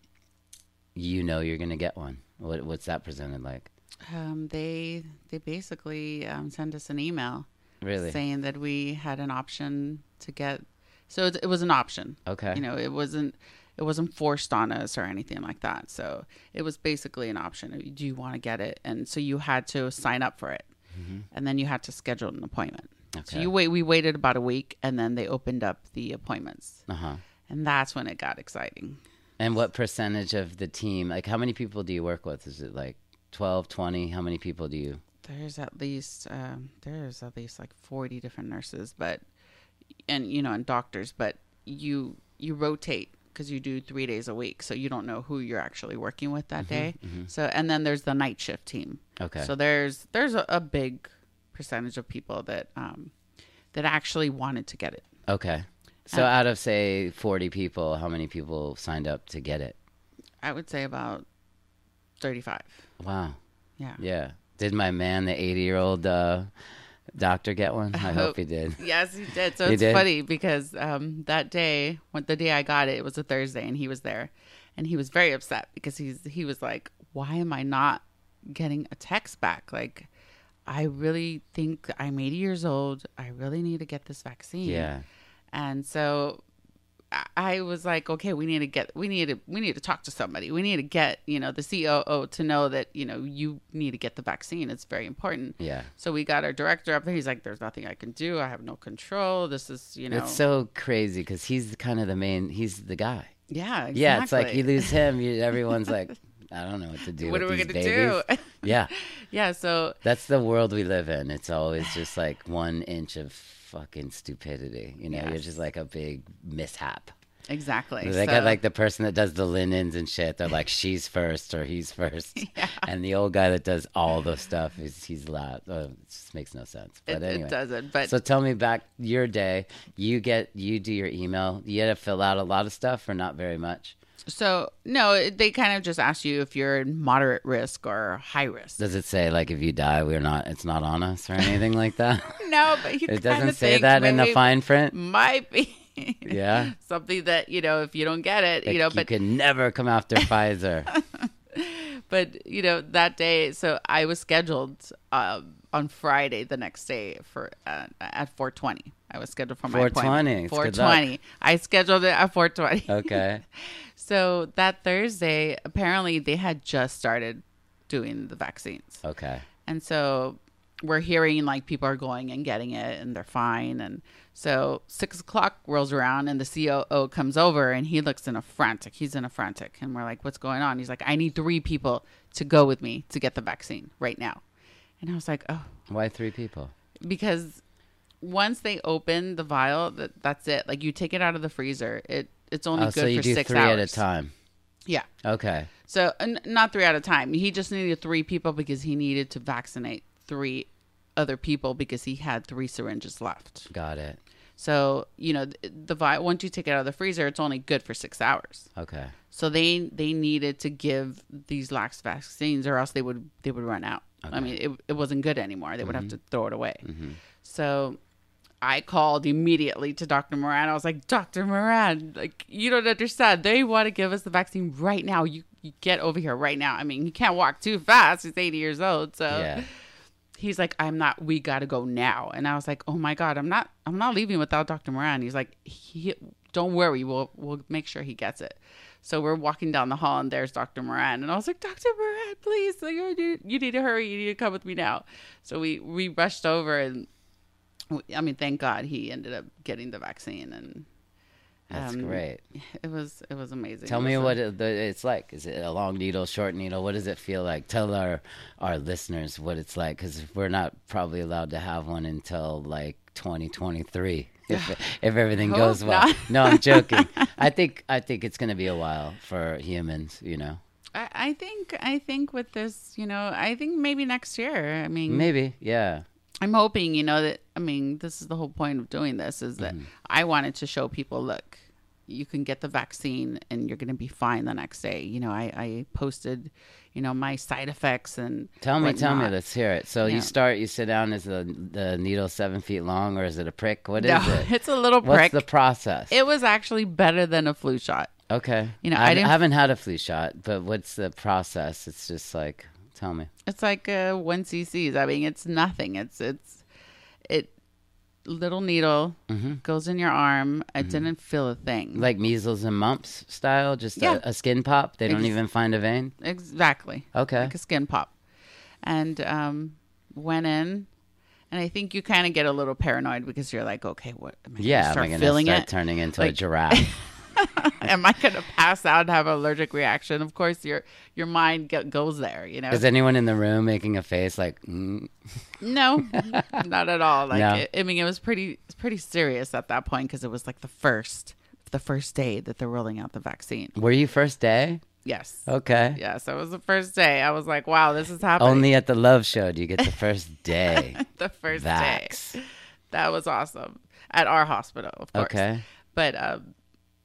you know you're gonna get one? What, what's that presented like?
Um, they they basically um, sent us an email
Really?
saying that we had an option to get. So it, it was an option.
Okay.
You know, it wasn't it wasn't forced on us or anything like that. So it was basically an option. Do you want to get it? And so you had to sign up for it, and then you had to schedule an appointment. So
Mm-hmm. Okay.
you wait. We waited about a week, and then they opened up the appointments,
uh huh.
and that's when it got exciting.
And what percentage of the team, like how many people do you work with? Is it like 12, 20? How many people do you?
there's at least um, there's at least like 40 different nurses but and you know and doctors but you you rotate because you do three days a week so you don't know who you're actually working with that day so and then there's the night shift team
Okay.
so there's there's a, a big percentage of people that um that actually wanted to get it
okay.
Uh,
So out of say 40 people, how many people signed up to get it?
i would say about 35
Wow.
yeah
Yeah. Did my man, the 80 year old uh, doctor, get one? I hope
hope-
he did.
Yes, he did. So
He
it's
did?
funny because um, that day, when the day I got it, it was a Thursday, and he was there, and he was very upset because he's he was like, "Why am I not getting a text back? Like, I really think I'm 80 years old. I really need to get this vaccine."
Yeah.
and so I- I was like, "Okay, we need to get we need to we need to talk to somebody. We need to get you know the COO to know that you know you need to get the vaccine. It's very important."
Yeah.
So we got our director up there. He's like, "There's nothing I can do. I have no control. This is, you know."
It's so crazy because he's kind of the main, he's the guy.
yeah, exactly.
Yeah. It's like you lose him, you, everyone's like, I don't know what to do.
What are
with
we
these
gonna
babies.
do?
Yeah.
yeah. So
That's the world we live in. It's always just like one inch of fucking stupidity. You know, you're
Yes.
just like a big mishap.
exactly.
They
so,
got like the person that does the linens and shit. They're like, she's first or he's first. And the old guy that does all the stuff is he's loud. Uh, it just makes no sense. But
it,
anyway.
it doesn't. But
So tell me back your day. You get you do your email. You had to fill out a lot of stuff or not very much.
so no, it- they kind of just ask you if you're in moderate risk or high risk.
Does it say like if you die we're not it's not on us or anything like that?
no, but you
It
kinda
doesn't say
think
that in the
maybe
fine print.
Might be.
Yeah.
Something that you know, if you don't get it, you know,
Like,
but
could never come after Pfizer.
but you know that day so i was scheduled um, on friday the next day for uh, at 4.20 i was scheduled for my
4:20,
appointment
it's good
4.20 i scheduled it at 4.20
Okay.
so that thursday apparently they had just started doing the vaccines
Okay.
and so we're hearing like people are going and getting it and they're fine. And so six o'clock rolls around and the COO comes over and he looks in a frantic. He's in a frantic. And we're like, what's going on? He's like, I need three people to go with me to get the vaccine right now. And I was like, oh,
Why three people?
because once they open the vial, that, that's it. Like you take it out of the freezer. It, it's only
Oh,
good
so you
for
do
six
three
hours.
at a time.
Yeah.
Okay.
So and not three at a time. He just needed three people because he needed to vaccinate three other people because he had three syringes left.
Got it.
So you know th- the vi- once you take it out of the freezer, it's only good for six hours.
Okay.
So they they needed to give these lax vaccines, or else they would they would run out. I mean, it it wasn't good anymore. They would have to throw it away. So I called immediately to Dr. Moran. I was like, Dr. Moran, like you don't understand. They want to give us the vaccine right now. You you get over here right now. I mean, he can't walk too fast. He's eighty years old. So
Yeah.
he's like, I'm not, we got to go now. And I was like, oh my God, I'm not, I'm not leaving without Dr. Moran. He's like, he, don't worry. We'll, we'll make sure he gets it. So we're walking down the hall and there's Dr. Moran. And I was like, Dr. Moran, please, like, you need, you need to hurry. You need to come with me now. So we, we rushed over and we- I mean, thank God he ended up getting the vaccine and
That's
um,
great.
it was, it was amazing.
Tell
It
me
was a-
what it, the, it's like. Is it a long needle, short needle? What does it feel like? Tell our our listeners what it's like because we're not probably allowed to have one until like 2023 if if everything
Hope
goes well.
not.
No, I'm joking. I think I think it's gonna be a while for humans. You know,
I, I think, I think with this, you know, I think maybe next year, I mean,
maybe. Yeah.
I'm hoping, you know, that I mean, this is the whole point of doing this is
Mm-hmm.
that I wanted to show people, look, you can get the vaccine and you're going to be fine the next day. You know, I, I posted, you know, my side effects and
Tell me, tell me.
whatnot.
Let's hear it. So
Yeah.
you start, you sit down. Is the the needle seven feet long, or is it a prick? What is
No,
it?
it's a little
What's
prick.
the process?
it was actually better than a flu shot.
okay,
You know,
I,
I didn't-
haven't had a flu shot, but what's the process? It's just like Tell me.
It's like uh, one cc's. I mean, it's nothing. It's it's it little needle
Mm-hmm.
goes in your arm. I didn't feel a thing.
Like measles and mumps style, just
Yeah.
a, a skin pop. They don't
Ex-
even find a vein.
Exactly.
Okay.
Like a skin pop. And um, went in, and I think you kind of get a little paranoid because you're like, okay, what? Am I gonna
Yeah,
start
am I gonna
feeling
start
it?
turning into a
Like-
giraffe?
am I gonna pass out and have an allergic reaction? Of course, your your mind go- goes there. You know,
Is anyone in the room making a face like? Mm?
no, not at all. Like,
No.
it, I mean, it was pretty it's pretty serious at that point because it was like the first the first day that they're rolling out the vaccine.
Were you first day?
Yes.
Okay.
Yes, it was the first day. I was like, wow, this is happening.
Only at the love show do you get the first day.
the first day.
Vax.
That was awesome at our hospital, of course.
Okay.
but um,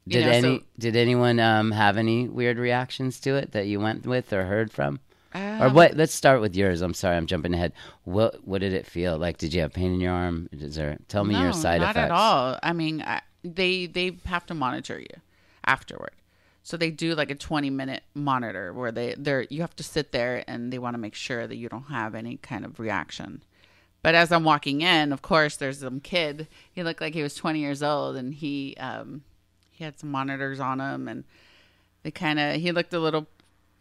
you
Did
know,
any
so-
did anyone um, have any weird reactions to it that you went with or heard from? or
Um,
what? Let's start with yours. I'm sorry, I'm jumping ahead. What what did it feel like? Did you have pain in your arm? Is there? Tell me your
no,
side
not
effects.
at all. I mean, I, they they have to monitor you afterward. So they do like a 20 minute monitor where they they you have to sit there and they want to make sure that you don't have any kind of reaction. But as I'm walking in, of course, there's some kid. He looked like he was 20 years old and he um he had some monitors on him and they kind of he looked a little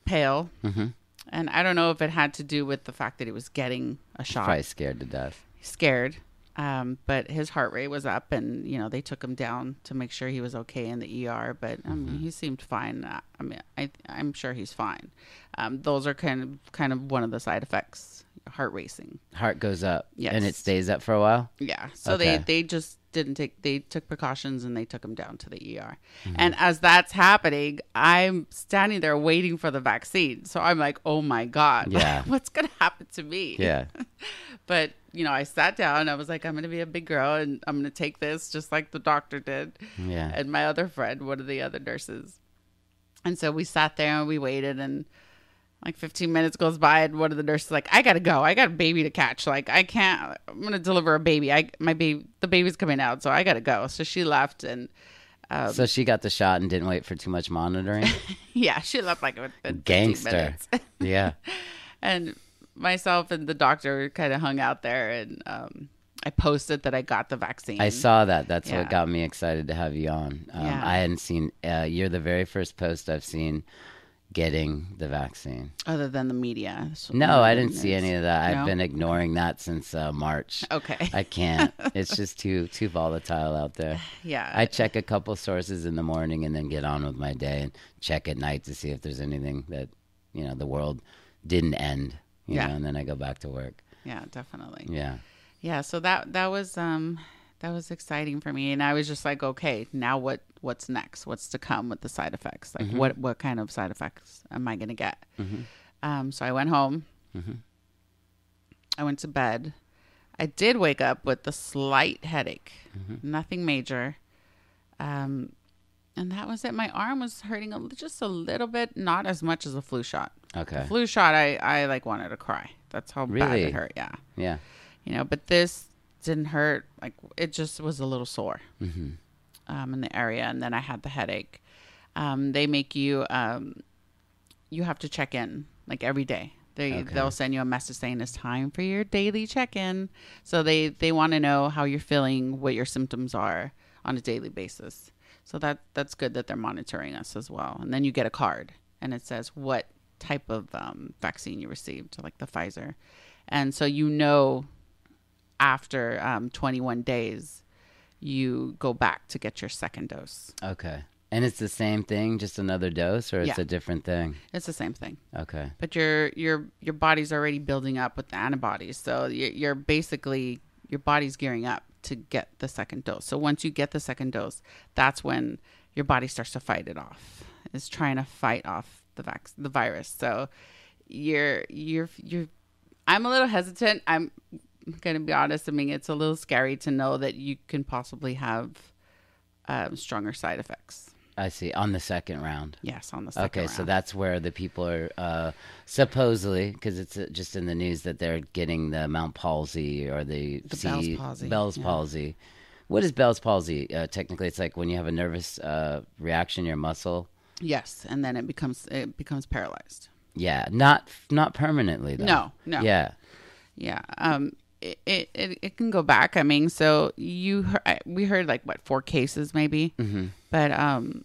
pale. Mm-hmm. And I don't know if it had to do with the fact that he was getting a shot
Probably scared to death.
scared. Um, but his heart rate was up, and you know they took him down to make sure he was okay in the ER. But I
Mm-hmm.
mean, he seemed fine. Uh, I I mean, I I'm sure he's fine. Um, those are kind of kind of one of the side effects: heart racing.
Heart goes up, and it
Yes.
stays up for a while.
Yeah. So
Okay.
they they just didn't take they took precautions and they took him down to the ER.
Mm-hmm.
And as that's happening, I'm standing there waiting for the vaccine. So I'm like, oh my god,
Yeah.
what's gonna happen to me?
Yeah.
But you know, I sat down. I was like, I'm going to be a big girl, and I'm going to take this just like the doctor did,
Yeah.
and my other friend, one of the other nurses. And so we sat there and we waited, and like 15 minutes goes by, and one of the nurses is like, I got to go. I got a baby to catch. Like I can't. I'm going to deliver a baby. I my baby, the baby's coming out, so I got to go. So she left, and Um,
so she got the shot and didn't wait for too much monitoring.
yeah, she left like within 15
Gangster.
minutes.
yeah.
and myself and the doctor kind of hung out there and um, i posted that i got the vaccine
I saw that. That's
Yeah.
what got me excited to have you on. Um,
Yeah.
I hadn't seen. Uh, you're the very first post I've seen getting the vaccine.
other than the media So-
No, I
other
didn't
than
see
it's-
any of that.
No? Oh.
I've been ignoring that since uh, March.
okay
I can't. it's just too too volatile out there.
yeah
I check a couple sources in the morning and then get on with my day and check at night to see if there's anything that you know the world didn't end. You
Yeah.
know, and then I go back to work.
yeah definitely yeah.
Yeah.
so that that was um that was exciting for me and i was just like okay now what what's next what's to come with the side effects
Mm-hmm.
like what what kind of side effects am i going to get um so i went home
Mm-hmm.
i went to bed i did wake up with a slight headache
Mm-hmm.
nothing major um and that was it my arm was hurting a, just a little bit not as much as a flu shot
Okay.
flu shot i i like wanted to cry that's how bad
Really?
it hurt yeah
Yeah.
you know but this didn't hurt like it just was a little sore um, in the area and then i had the headache um, they make you um, you have to check in like every day they they'll send you a message saying it's time for your daily check-in so they they want to know how you're feeling what your symptoms are on a daily basis so that that's good that they're monitoring us as well and then you get a card and it says what type of um, vaccine you received like the pfizer and so you know after um, 21 days you go back to get your second dose
Okay. And it's the same thing, just another dose, or it's
Yeah.
a different thing.
it's the same thing
Okay.
but your your your body's already building up with the antibodies so you're, you're basically your body's gearing up to get the second dose so once you get the second dose that's when your body starts to fight it off it's trying to fight off the vac- the virus so you're you're you're i'm a little hesitant i'm gonna be honest i mean it's a little scary to know that you can possibly have um, stronger side effects
I see. On the second round.
yes on the second
Okay, so
round.
that's where the people are uh, supposedly, because it's uh, just in the news that they're getting the Mount Palsy or the,
The Bell's palsy,
Bell's
yeah.
palsy. What is Bell's palsy? Uh, technically, it's like when you have a nervous uh, reaction, your muscle.
yes and then it becomes it becomes paralyzed
Yeah, not not permanently though.
No, no.
Yeah.
Yeah. Um, it, it, it it can go back. I mean, so you heard, we heard like what four cases maybe,
hmm
but um,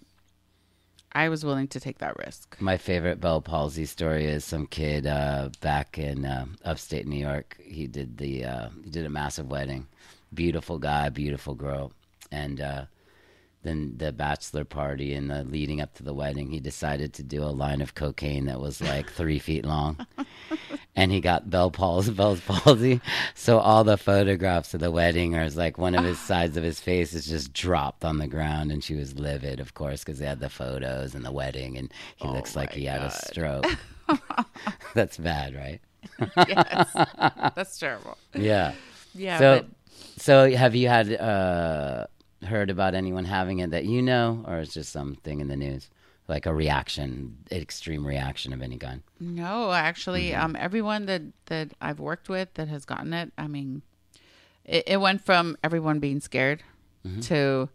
I was willing to take that risk.
My favorite Bell palsy story is some kid uh, back in uh, upstate New York. He did the uh, he did a massive wedding, beautiful guy, beautiful girl, and uh, then the bachelor party and the leading up to the wedding, he decided to do a line of cocaine that was like three feet long, and he got Bell palsy, Bell's palsy. So all the photographs of the wedding are like one of
Ah.
his sides of his face is just dropped on the ground, and she was livid, of course, because they had the photos and the wedding, and he
Oh
looks like he had a stroke. That's bad, right?
yes, that's terrible.
Yeah.
Yeah.
so,
but
so have you had uh, heard about anyone having it that you know, or it's just something in the news, like a reaction, extreme reaction of any kind?
no, actually,
Mm-hmm.
um, everyone that that I've worked with that has gotten it, I mean, it, it went from everyone being scared
Mm-hmm.
to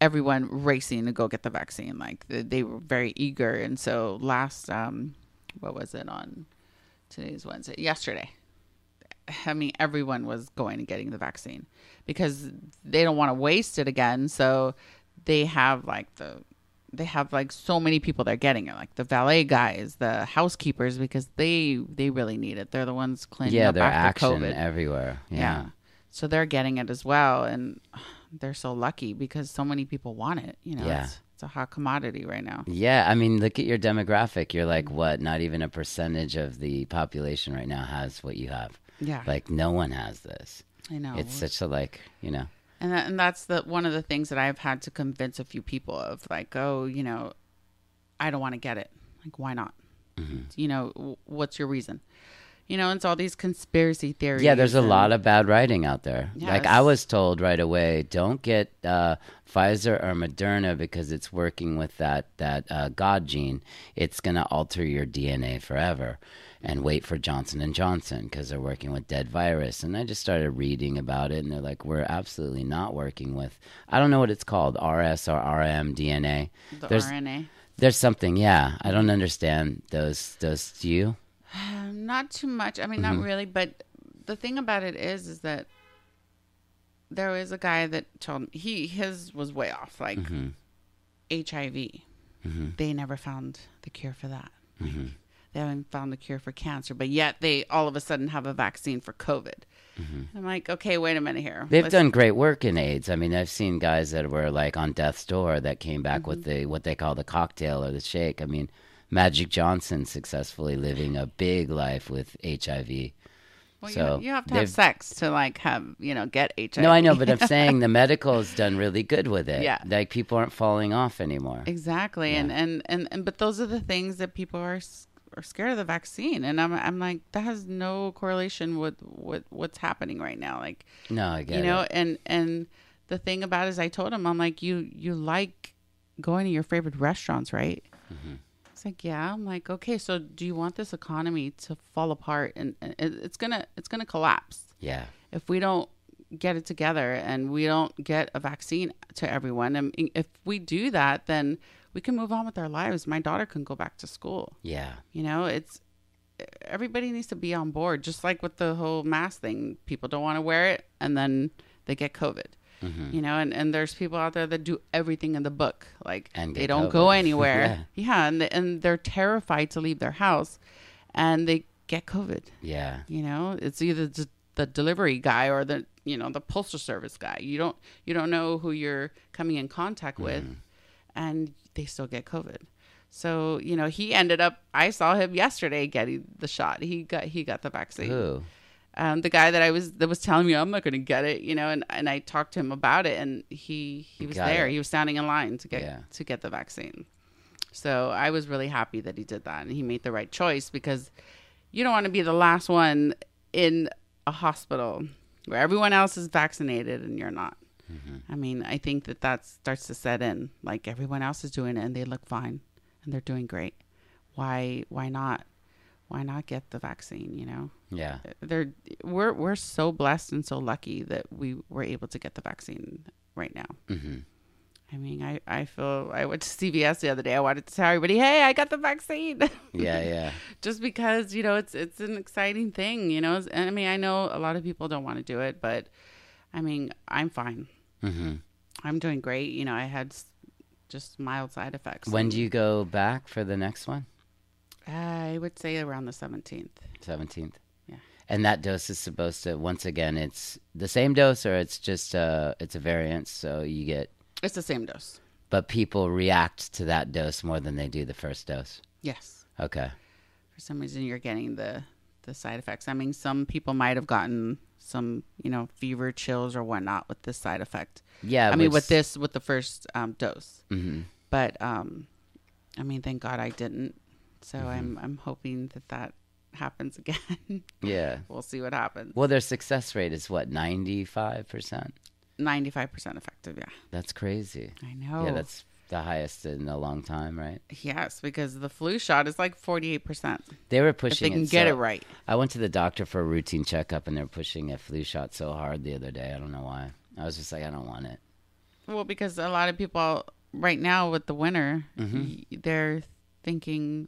everyone racing to go get the vaccine. Like they, they were very eager, and so last um, what was it on today's Wednesday? Yesterday. I mean, everyone was going and getting the vaccine because they don't want to waste it again. So they have like the they have like so many people that are getting it, like the valet guys, the housekeepers, because they they really need it. They're the ones cleaning
yeah,
up
there's
after
action
COVID.
everywhere. Yeah.
Yeah. So they're getting it as well. And they're so lucky because so many people want it. You know,
Yeah.
it's, it's a hot commodity right now.
Yeah, I mean, look at your demographic. You're like, what? Not even a percentage of the population right now has what you have.
Yeah.
Like, no one has this.
I know.
It's uh, such a, like, you know,
and, that, and that's the one of the things that I've had to convince a few people of like, oh, you know, I don't want to get it. Like, why not?
Mm-hmm.
You know, w- what's your reason? You know, it's all these conspiracy theories.
Yeah, there's a
and-
lot of bad writing out there. Like I
Yes.
was told right away, don't get uh, Pfizer or Moderna because it's working with that that uh, God gene. It's gonna alter your DNA forever. And wait for Johnson and Johnson because they're working with dead virus. And I just started reading about it, and they're like, we're absolutely not working with. I don't know what it's called, RS or RM DNA.
the
there's
RNA.
there's something. Yeah, I don't understand those. Those do you?
Um, not too much. I mean,
Mm-hmm.
not really. But the thing about it is, is that there was a guy that told me he his was way off, like
Mm-hmm.
HIV. They never found the cure for that. Like,
Mm-hmm.
They haven't found the cure for cancer, but yet they all of a sudden have a vaccine for COVID. I'm like, okay, wait a minute here.
Mm-hmm. They've
Let's-
done great work in AIDS. I mean, I've seen guys that were like on death's door that came back with
Mm-hmm.
the what they call the cocktail or the shake. I mean, Magic Johnson successfully living a big life with HIV.
Well,
so
you, you have to have
they've-
sex to like have you know get HIV.
No, I know, but I'm saying the medical's done really good with it.
Yeah.
like people aren't falling off anymore.
Exactly, and, and and and but those are the things that people are s- are scared of the vaccine, and I'm I'm like that has no correlation with what what's happening right now, like
No, I get
you know,
it.
and and the thing about it is I told him I'm like you you like going to your favorite restaurants, right? It's like yeah, I'm like okay, so do you want this economy to fall apart and, and it- it's gonna it's gonna collapse
Yeah,
if we don't get it together and we don't get a vaccine to everyone and if we do that then we can move on with our lives my daughter can go back to school
yeah.
you know it's everybody needs to be on board just like with the whole mask thing people don't want to wear it and then they get covid
Mm-hmm. Mm.
you know and, and there's people out there that do everything in the book like
And
they
get
don't go
COVID.
anywhere yeah, and, they, and they're terrified to leave their house and they get covid
Yeah,
you know it's either the, the delivery guy or the you know the postal service guy you don't you don't know who you're coming in contact with and they still get covid so you know he ended up i saw him yesterday getting the shot he got he got the vaccine
Ooh.
um, the guy that I was that was telling me "Oh, I'm not going to get it, you know, and, and I talked to him about it, and he he was
Got
there.
it.
He was standing in line to get
Yeah.
to get the vaccine. So I was really happy that he did that, and he made the right choice because you don't want to be the last one in a hospital where everyone else is vaccinated and you're not.
Mm-hmm.
I mean, I think that that starts to set in. Like everyone else is doing it, and they look fine, and they're doing great. Why why not? Why not get the vaccine? You know
yeah.
they're we're we're so blessed and so lucky that we were able to get the vaccine right now.
hmm
I mean, I, I feel I went to CVS the other day. I wanted to tell everybody, hey, I got the vaccine.
Yeah, yeah.
Just because, you know, it's it's an exciting thing, you know. It's- And I mean, I know a lot of people don't want to do it, but I mean, I'm fine.
hmm
I'm doing great. You know, I had s- just mild side effects.
When do you go back for the next one?
I would say around the 17th.
Seventeenth.
Yeah.
And that dose is supposed to once again it's the same dose or it's just uh it's a variant, so you get
It's the same dose.
but people react to that dose more than they do the first dose.
Yes.
Okay.
For some reason, you're getting the the side effects. I mean, some people might have gotten some, you know, fever, chills, or whatnot with this side effect.
Yeah.
I mean,
which-
with this, with the first um, dose.
Mhm.
But um, I mean, thank God I didn't. So
Mm-hmm.
I'm I'm hoping that that happens again.
Yeah.
we'll see what happens.
Well, their success rate is what ninety five percent.
Ninety five percent effective. Yeah,
That's crazy.
I know.
Yeah, that's the highest in a long time, right?
yes, because the flu shot is like forty eight percent.
They were
If they
pushing.
can get
so-
it right,
I went to the doctor for a routine checkup, and they're pushing a flu shot so hard the other day. I don't know why. I was just like, I don't want it.
well, because a lot of people right now with the winter, y- they're thinking,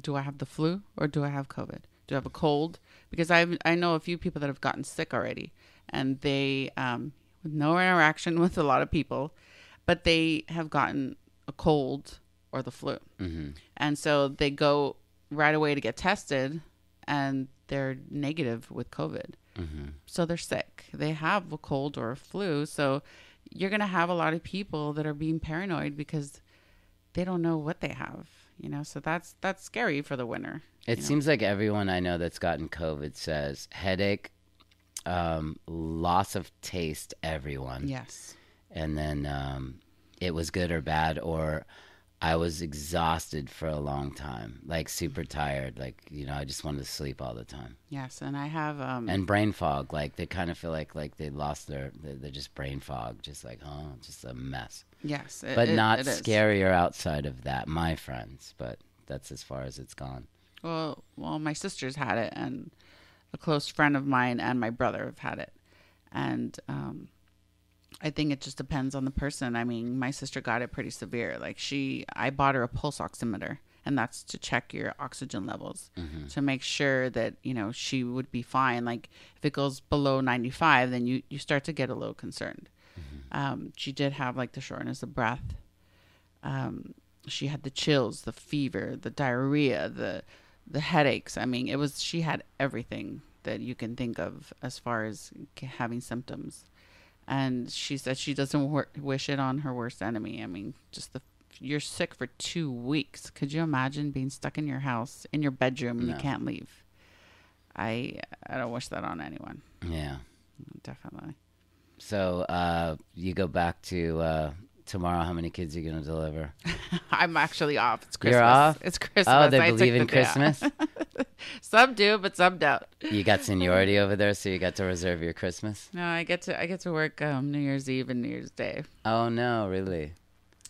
do I have the flu or do I have COVID? Do I have a cold? Because I I know a few people that have gotten sick already, and they um, with no interaction with a lot of people, but they have gotten a cold or the flu,
Mhm.
and so they go right away to get tested, and they're negative with COVID.
Mm-hmm.
So they're sick. They have a cold or a flu. So you're gonna have a lot of people that are being paranoid because they don't know what they have you know so that's that's scary for the winter
It seems like everyone I know that's gotten COVID says headache, um, loss of taste. Everyone.
yes
and then um, it was good or bad or i was exhausted for a long time like super
Mm-hmm.
tired like you know i just wanted to sleep all the time
yes and i have um
and brain fog like they kind of feel like like they lost their they're they're just brain fog just like oh just a mess
yes it-
but
it-
not
it is.
scary or outside of that my friends but that's as far as it's gone
well well my sister's had it and a close friend of mine and my brother have had it and um i think it just depends on the person i mean my sister got it pretty severe like she i bought her a pulse oximeter and that's to check your oxygen levels to make sure that you know she would be fine like if it goes below 95 then you you start to get a little concerned um she did have like the shortness of breath um, she had the chills, the fever, the diarrhea, the the headaches. I mean, it was she had everything that you can think of as far as c- having symptoms. And she said she doesn't wor- wish it on her worst enemy. I mean, just the you're sick for two weeks. Could you imagine being stuck in your house in your bedroom and you
No.
can't leave? I I don't wish that on anyone.
yeah
Definitely.
so uh you go back to uh tomorrow how many kids are you gonna deliver
I'm actually off. It's
You're
Christmas.
off?
It's Christmas.
oh
I
they
took
believe
the
in
day off.
christmas
Some do, but some don't.
You got seniority over there, so you got to reserve your Christmas.
No, I get to I get to work um, New Year's Eve and New Year's Day.
Oh no, really?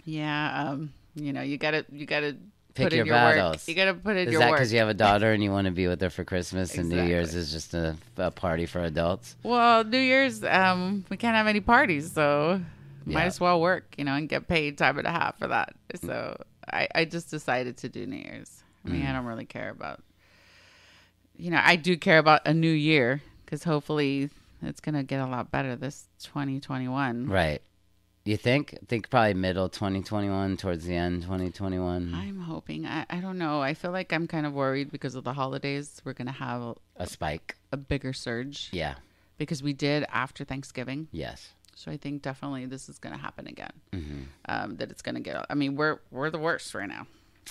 Yeah, um, you know, you gotta you gotta
Pick
put
your
in your
battles.
work. You gotta put in
Is
your
that
work.
because you have a daughter and you want to be with her for Christmas, and New Year's
Exactly.
is just a, a party for adults?
well, New Year's, um, we can't have any parties, so might
Yeah.
as well work, you know, and get paid time and a half for that. So I, I just decided to do New Year's. I mean,
Mm.
I don't really care about, you know, I do care about a new year because hopefully it's gonna get a lot better this 2021.
Right. You think? Think probably middle 2021, towards the end 2021,
I'm hoping. I, I don't know. I feel like I'm kind of worried because of the holidays. We're going to have a,
a spike.
a bigger surge
Yeah.
because we did after Thanksgiving.
Yes.
So I think definitely this is going to happen again.
hmm
Um, that it's going to get. I mean, we're we're the worst right now.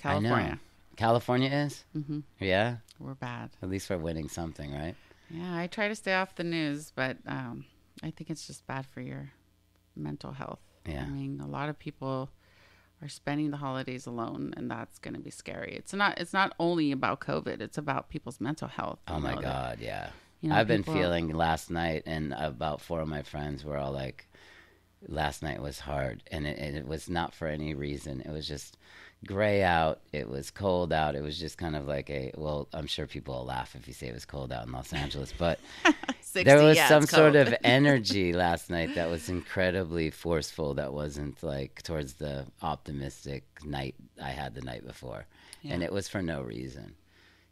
I know.
California,
California is.
Mhm.
Yeah.
we're bad.
At least we're winning something, right?
Yeah, I try to stay off the news, but um, I think it's just bad for your mental health.
Yeah.
I mean, a lot of people are spending the holidays alone, and that's going to be scary. It's not. It's not only about COVID. It's about people's mental health.
Oh
you
my
know, that-
god, yeah.
you know,
I've been
people-
feeling last night, and about four of my friends were all like, "Last night was hard," and it, and it was not for any reason. It was just gray out. It was cold out. It was just kind of like a well. I'm sure people will laugh if you say it was cold out in Los Angeles, but
60,
there was
yeah,
some
it's
sort
cold.
of energy last night that was incredibly forceful that wasn't like towards the optimistic night I had the night before. And
Yeah.
it was for no reason,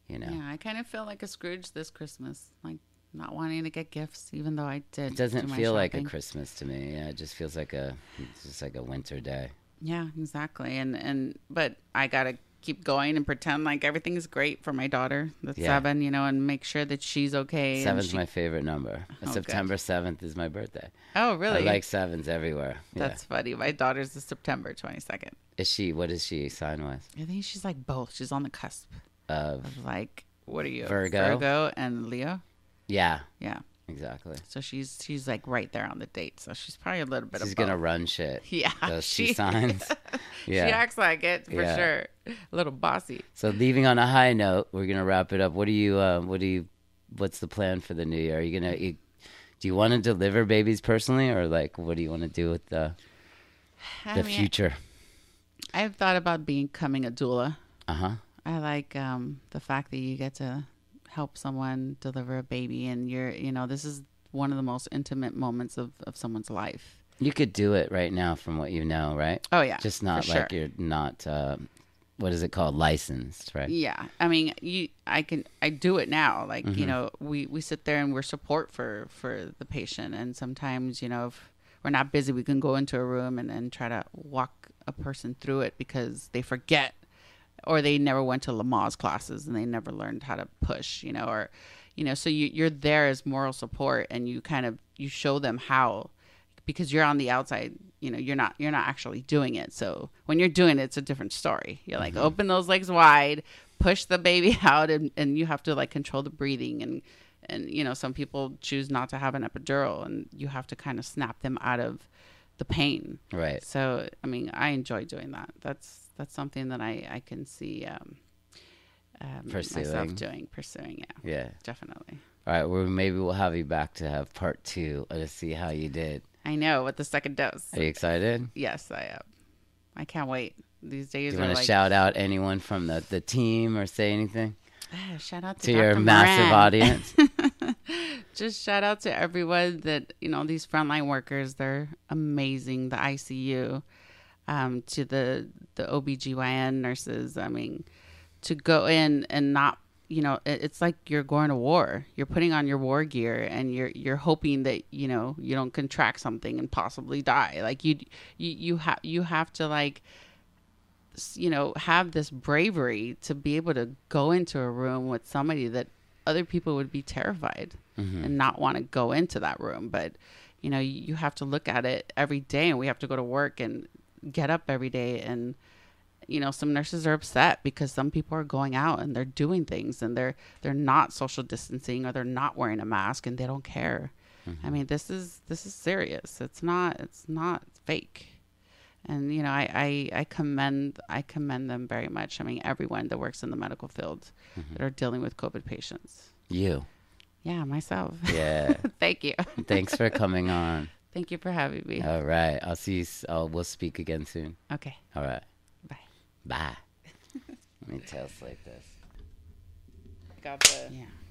you know.
Yeah, I kind of feel like a Scrooge this Christmas, like not wanting to get gifts, even though I did.
It doesn't
do my
feel like a
shopping.
Christmas to me. Yeah, it just feels like a it's just like a winter day.
Yeah, exactly. And and but I gotta keep going and pretend like everything's great for my daughter, that's
Yeah.
seven, you know, and make sure that she's okay. and
Seven's
she- Oh,
my favorite number.
good.
September 7th is my birthday.
oh, really?
I like sevens everywhere. Yeah.
That's funny. My daughter's is September twenty second.
Is she what is she sign wise?
I think she's like both. She's on the cusp
Of
of like what are you
Virgo?
Virgo and Leo.
yeah,
Yeah.
exactly.
So she's she's like right there on the date. So she's probably a little bit.
She's
of
going to
both.
run shit.
Yeah,
Those two
she-
signs.
She acts like it for
Yeah.
sure. A little bossy.
So leaving on a high note, we're gonna wrap it up. What do you? Uh, what do you? What's the plan for the new year? Are you gonna? You, do you want to deliver babies personally, or like, what do you want to do with the
I
the
mean,
future?
I've thought about becoming a doula.
Uh huh.
I like um, the fact that you get to help someone deliver a baby, and you're, you know, this is one of the most intimate moments of, of someone's life.
You could do it right now, from what you know, right?
Oh yeah,
Just
for
not
sure.
like you're not. Uh, what is it called? Licensed, right?
Yeah, I mean, you, I can, I do it now. Like you know, we we sit there and we're support for for the patient, and sometimes you know if we're not busy, we can go into a room and and try to walk a person through it because they forget or they never went to Lamaze classes and they never learned how to push, you know, or you know, so you you're there as moral support and you kind of you show them how because you're on the outside, you know, you're not you're not actually doing it. So when you're doing it, it's a different story. You're like open those legs wide, push the baby out and, and you have to like control the breathing and and you know, some people choose not to have an epidural and you have to kind of snap them out of the pain.
Right.
So I mean, I enjoy doing that. That's that's something that I I can see um, um
Pursuing.
myself doing pursuing. Yeah,
Yeah.
definitely.
All right. Well, maybe we'll have you back to have part two uh, to see how you did.
I know what the second dose.
Are you excited?
Yes, I am. I can't wait. These days
Do you
are
want to
like
shout out anyone from the the team or say anything
Ah, shout out to,
to your
Dr.
massive
Moran.
audience?
Just shout out to everyone that you know these frontline workers. They're amazing. The ICU, um, to the the OBGYN nurses. I mean, to go in and not you know it, it's like you're going to war you're putting on your war gear and you're you're hoping that you know you don't contract something and possibly die like you you you have you have to like s- you know have this bravery to be able to go into a room with somebody that other people would be terrified and not want to go into that room but you know you have to look at it every day and we have to go to work and get up every day and you know some nurses are upset because some people are going out and they're doing things and they're they're not social distancing or they're not wearing a mask and they don't care i mean this is this is serious it's not it's not fake and you know I, I i commend i commend them very much i mean everyone that works in the medical field that are dealing with covid patients
you.
yeah myself
Yeah.
thank you
Thanks for coming on.
thank you for having me
All right. I'll see you. s- Uh, we'll speak again soon.
okay
All right.
bye
Bye. Let me tell us like this.
yeah